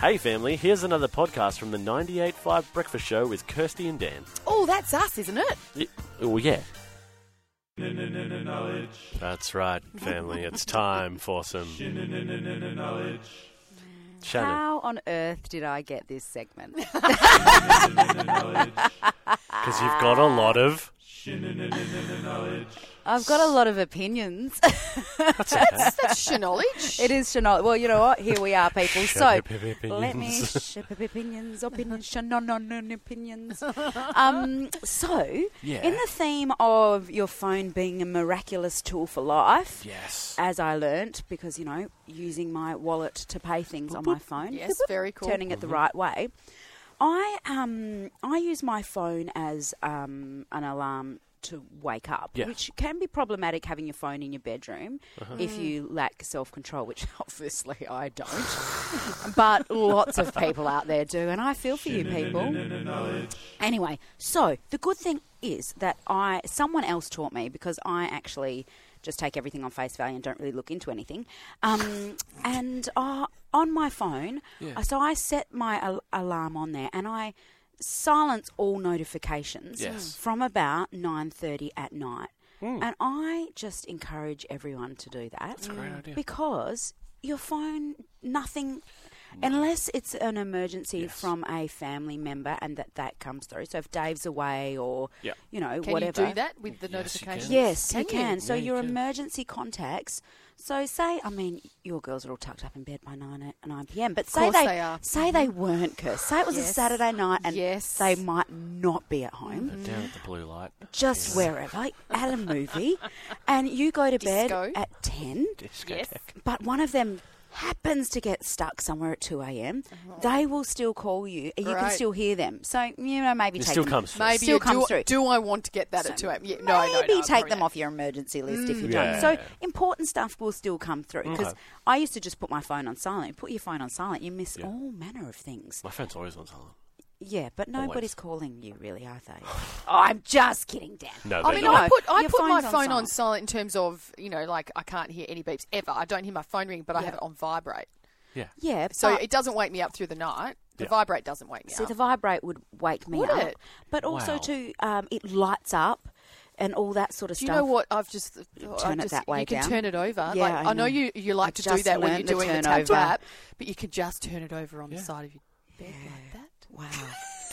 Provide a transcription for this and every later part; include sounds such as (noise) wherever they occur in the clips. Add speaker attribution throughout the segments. Speaker 1: Hey, family, here's another podcast from the 98.5 Breakfast Show with Kirsty and Dan.
Speaker 2: Oh, that's us, isn't it?
Speaker 1: Y- Oh, yeah. That's right, family. (laughs) It's time for some. Shannon,
Speaker 3: How on earth did I get this
Speaker 2: (laughs)
Speaker 3: segment?
Speaker 1: because you've got a lot of.
Speaker 3: I've got a lot of
Speaker 2: (laughs)
Speaker 3: opinions.
Speaker 1: That's okay.
Speaker 2: That's your knowledge.
Speaker 3: (laughs) it is Chanel. Well, you know what? Here we are, people. So
Speaker 1: Ship (laughs)
Speaker 3: let me
Speaker 1: opinions.
Speaker 3: ship opinions,
Speaker 2: (laughs)
Speaker 3: opinions, Shannon opinions. Um, so,
Speaker 1: Yeah.
Speaker 3: in the theme of your phone being a miraculous tool for life,
Speaker 1: Yes.
Speaker 3: as I learnt, because you know, using my wallet to pay things on my phone,
Speaker 2: Yes, very cool.
Speaker 3: turning it the right way. I um I use my phone as um an alarm to wake up,
Speaker 1: Yeah.
Speaker 3: which can be problematic having your phone in your bedroom if
Speaker 2: Mm.
Speaker 3: you lack self control, which (laughs) obviously I
Speaker 2: (laughs)
Speaker 3: don't. but lots of people out there do, and I feel for you people. Anyway, so the good thing is that I someone else taught me because I actually just take everything on face value and don't really look into anything. (laughs) Um, and uh, on my phone, uh, so I set my al- alarm on there and I silence all notifications Mm.
Speaker 1: Yes.
Speaker 3: from about 9:30 at night. And I just encourage everyone to do that. Hmm. That's a great idea. Because your phone nothing
Speaker 1: Mm.
Speaker 3: Unless it's an emergency from a family member and that that comes through. So if Dave's away or,
Speaker 1: Yeah.
Speaker 3: you know,
Speaker 2: Can
Speaker 3: whatever.
Speaker 2: you do that with the notifications?
Speaker 3: Yes,
Speaker 2: Can
Speaker 3: you can. So
Speaker 1: Yeah, you
Speaker 3: your
Speaker 1: can.
Speaker 3: emergency contacts. So say, I mean, your girls are all tucked up in bed by nine at nine p.m. But say
Speaker 2: course
Speaker 3: they,
Speaker 2: they are. Mm-hmm.
Speaker 3: say they weren't, Kirst. Say it was a
Speaker 2: Yes.
Speaker 3: Saturday night and
Speaker 2: Yes. Mm-hmm.
Speaker 3: they might not be at home,
Speaker 1: Uh, Down at the blue light.
Speaker 3: just wherever at a
Speaker 2: (laughs)
Speaker 3: movie, and you go to bed
Speaker 2: Disco.
Speaker 3: at ten
Speaker 2: Yes.
Speaker 3: but one of them happens to get stuck somewhere at 2 a.m., they will still call you and you can
Speaker 2: Uh-huh. Great.
Speaker 3: still hear them. So, you know, maybe
Speaker 1: It
Speaker 3: take
Speaker 1: still
Speaker 3: them.
Speaker 1: comes through.
Speaker 2: Maybe
Speaker 3: Still
Speaker 2: you
Speaker 3: comes
Speaker 2: do,
Speaker 3: through.
Speaker 2: do I want to get that at 2 a.m.? Yeah, no, no,
Speaker 3: Maybe
Speaker 2: no, Mm.
Speaker 3: take
Speaker 2: probably
Speaker 3: them
Speaker 2: not.
Speaker 3: off your emergency list if you
Speaker 1: Yeah.
Speaker 3: don't. So important stuff will still come through because
Speaker 1: Okay.
Speaker 3: I used to just put my phone on silent. Put your phone on silent, you miss all manner of things.
Speaker 1: My phone's always on silent.
Speaker 3: Yeah, but nobody's calling you really, are they? (sighs) oh, I'm just kidding, Dan.
Speaker 1: No,
Speaker 2: I
Speaker 1: they're
Speaker 2: mean,
Speaker 1: not.
Speaker 2: I put I
Speaker 3: Your
Speaker 2: put my
Speaker 3: phone's on
Speaker 2: phone on
Speaker 3: silent.
Speaker 2: silent in terms of you know, like I can't hear any beeps ever. I don't hear my phone ring, but I have it on vibrate,
Speaker 3: Yeah,
Speaker 2: so
Speaker 3: but-
Speaker 2: it doesn't wake me up through the night. The
Speaker 1: Yeah.
Speaker 2: vibrate doesn't wake me
Speaker 3: See,
Speaker 2: up.
Speaker 3: the vibrate would wake me
Speaker 2: Would
Speaker 3: up,
Speaker 2: it?
Speaker 3: but also
Speaker 1: Wow.
Speaker 3: too, um, it lights up and all that sort of
Speaker 2: do you
Speaker 3: stuff.
Speaker 2: know what I've just I
Speaker 3: Turn it
Speaker 2: just-
Speaker 3: that way
Speaker 2: You can
Speaker 3: down.
Speaker 2: turn it over.
Speaker 3: Yeah,
Speaker 2: like,
Speaker 3: I
Speaker 2: I, know.
Speaker 3: know.
Speaker 2: you you like
Speaker 3: I've
Speaker 2: to do
Speaker 3: just
Speaker 2: that when
Speaker 3: learnt
Speaker 2: you're
Speaker 3: the
Speaker 2: doing
Speaker 3: turn
Speaker 2: the tap
Speaker 3: over.
Speaker 2: tap, but you can just turn it over on the side of your bed like that.
Speaker 3: Wow,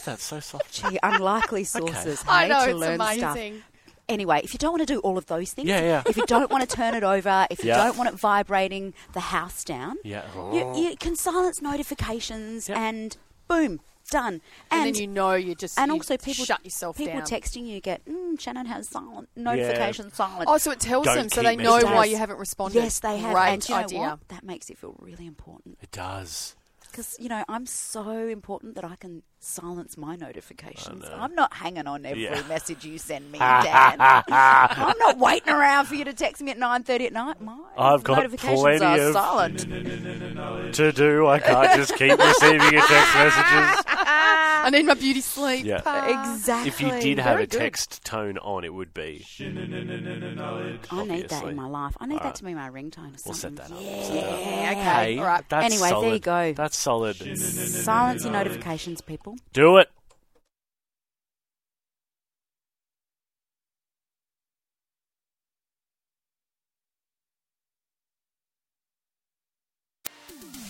Speaker 1: That's so soft.
Speaker 3: gee,
Speaker 2: (laughs)
Speaker 3: unlikely sources. hey,
Speaker 2: I know
Speaker 3: to
Speaker 2: it's
Speaker 3: learn stuff.
Speaker 2: amazing.
Speaker 3: Anyway, if you don't want to do all of those things,
Speaker 1: Yeah, yeah.
Speaker 3: if you don't want to turn it over, if
Speaker 1: Yeah.
Speaker 3: you don't want it vibrating the house down,
Speaker 1: Yeah.
Speaker 2: Oh.
Speaker 3: you, you can silence notifications
Speaker 1: Yeah.
Speaker 3: and boom, done.
Speaker 2: And, then you know you just
Speaker 3: and
Speaker 2: you
Speaker 3: also people
Speaker 2: shut yourself
Speaker 3: people
Speaker 2: down.
Speaker 3: texting you get mm, Shannon has silent notifications silent.
Speaker 2: Oh, so it tells
Speaker 1: Don't
Speaker 2: them, so
Speaker 1: keep
Speaker 2: they know
Speaker 1: messaging.
Speaker 2: why you haven't responded.
Speaker 3: Yes, they have.
Speaker 2: Great
Speaker 3: and do you know
Speaker 2: idea.
Speaker 3: what? That makes it feel really important
Speaker 1: It does.
Speaker 3: because you know I'm so important that I can silence my notifications. I'm not hanging on every
Speaker 1: Yeah. (laughs)
Speaker 3: message you send me, Dan. I'm not waiting around for you to text me at 9:30 at night. My
Speaker 1: I've got
Speaker 3: notifications
Speaker 1: plenty
Speaker 3: are
Speaker 1: of- (laughs)
Speaker 3: silent.
Speaker 1: To do, I can't just keep receiving your text messages.
Speaker 2: I need my beauty sleep.
Speaker 1: Yeah.
Speaker 3: Exactly.
Speaker 1: If you did have
Speaker 2: Very
Speaker 1: a
Speaker 2: good.
Speaker 1: text tone on, it would be.
Speaker 3: I need that
Speaker 1: obviously.
Speaker 3: in my life. I need that to be my ringtone or something.
Speaker 1: We'll set that up.
Speaker 3: Yeah.
Speaker 1: Set that up.
Speaker 2: Yeah, okay.
Speaker 1: Hey,
Speaker 2: All right.
Speaker 1: that's
Speaker 3: Anyway, there
Speaker 1: solid.
Speaker 3: you go.
Speaker 1: That's solid.
Speaker 3: Silence your notifications, people.
Speaker 1: Do it.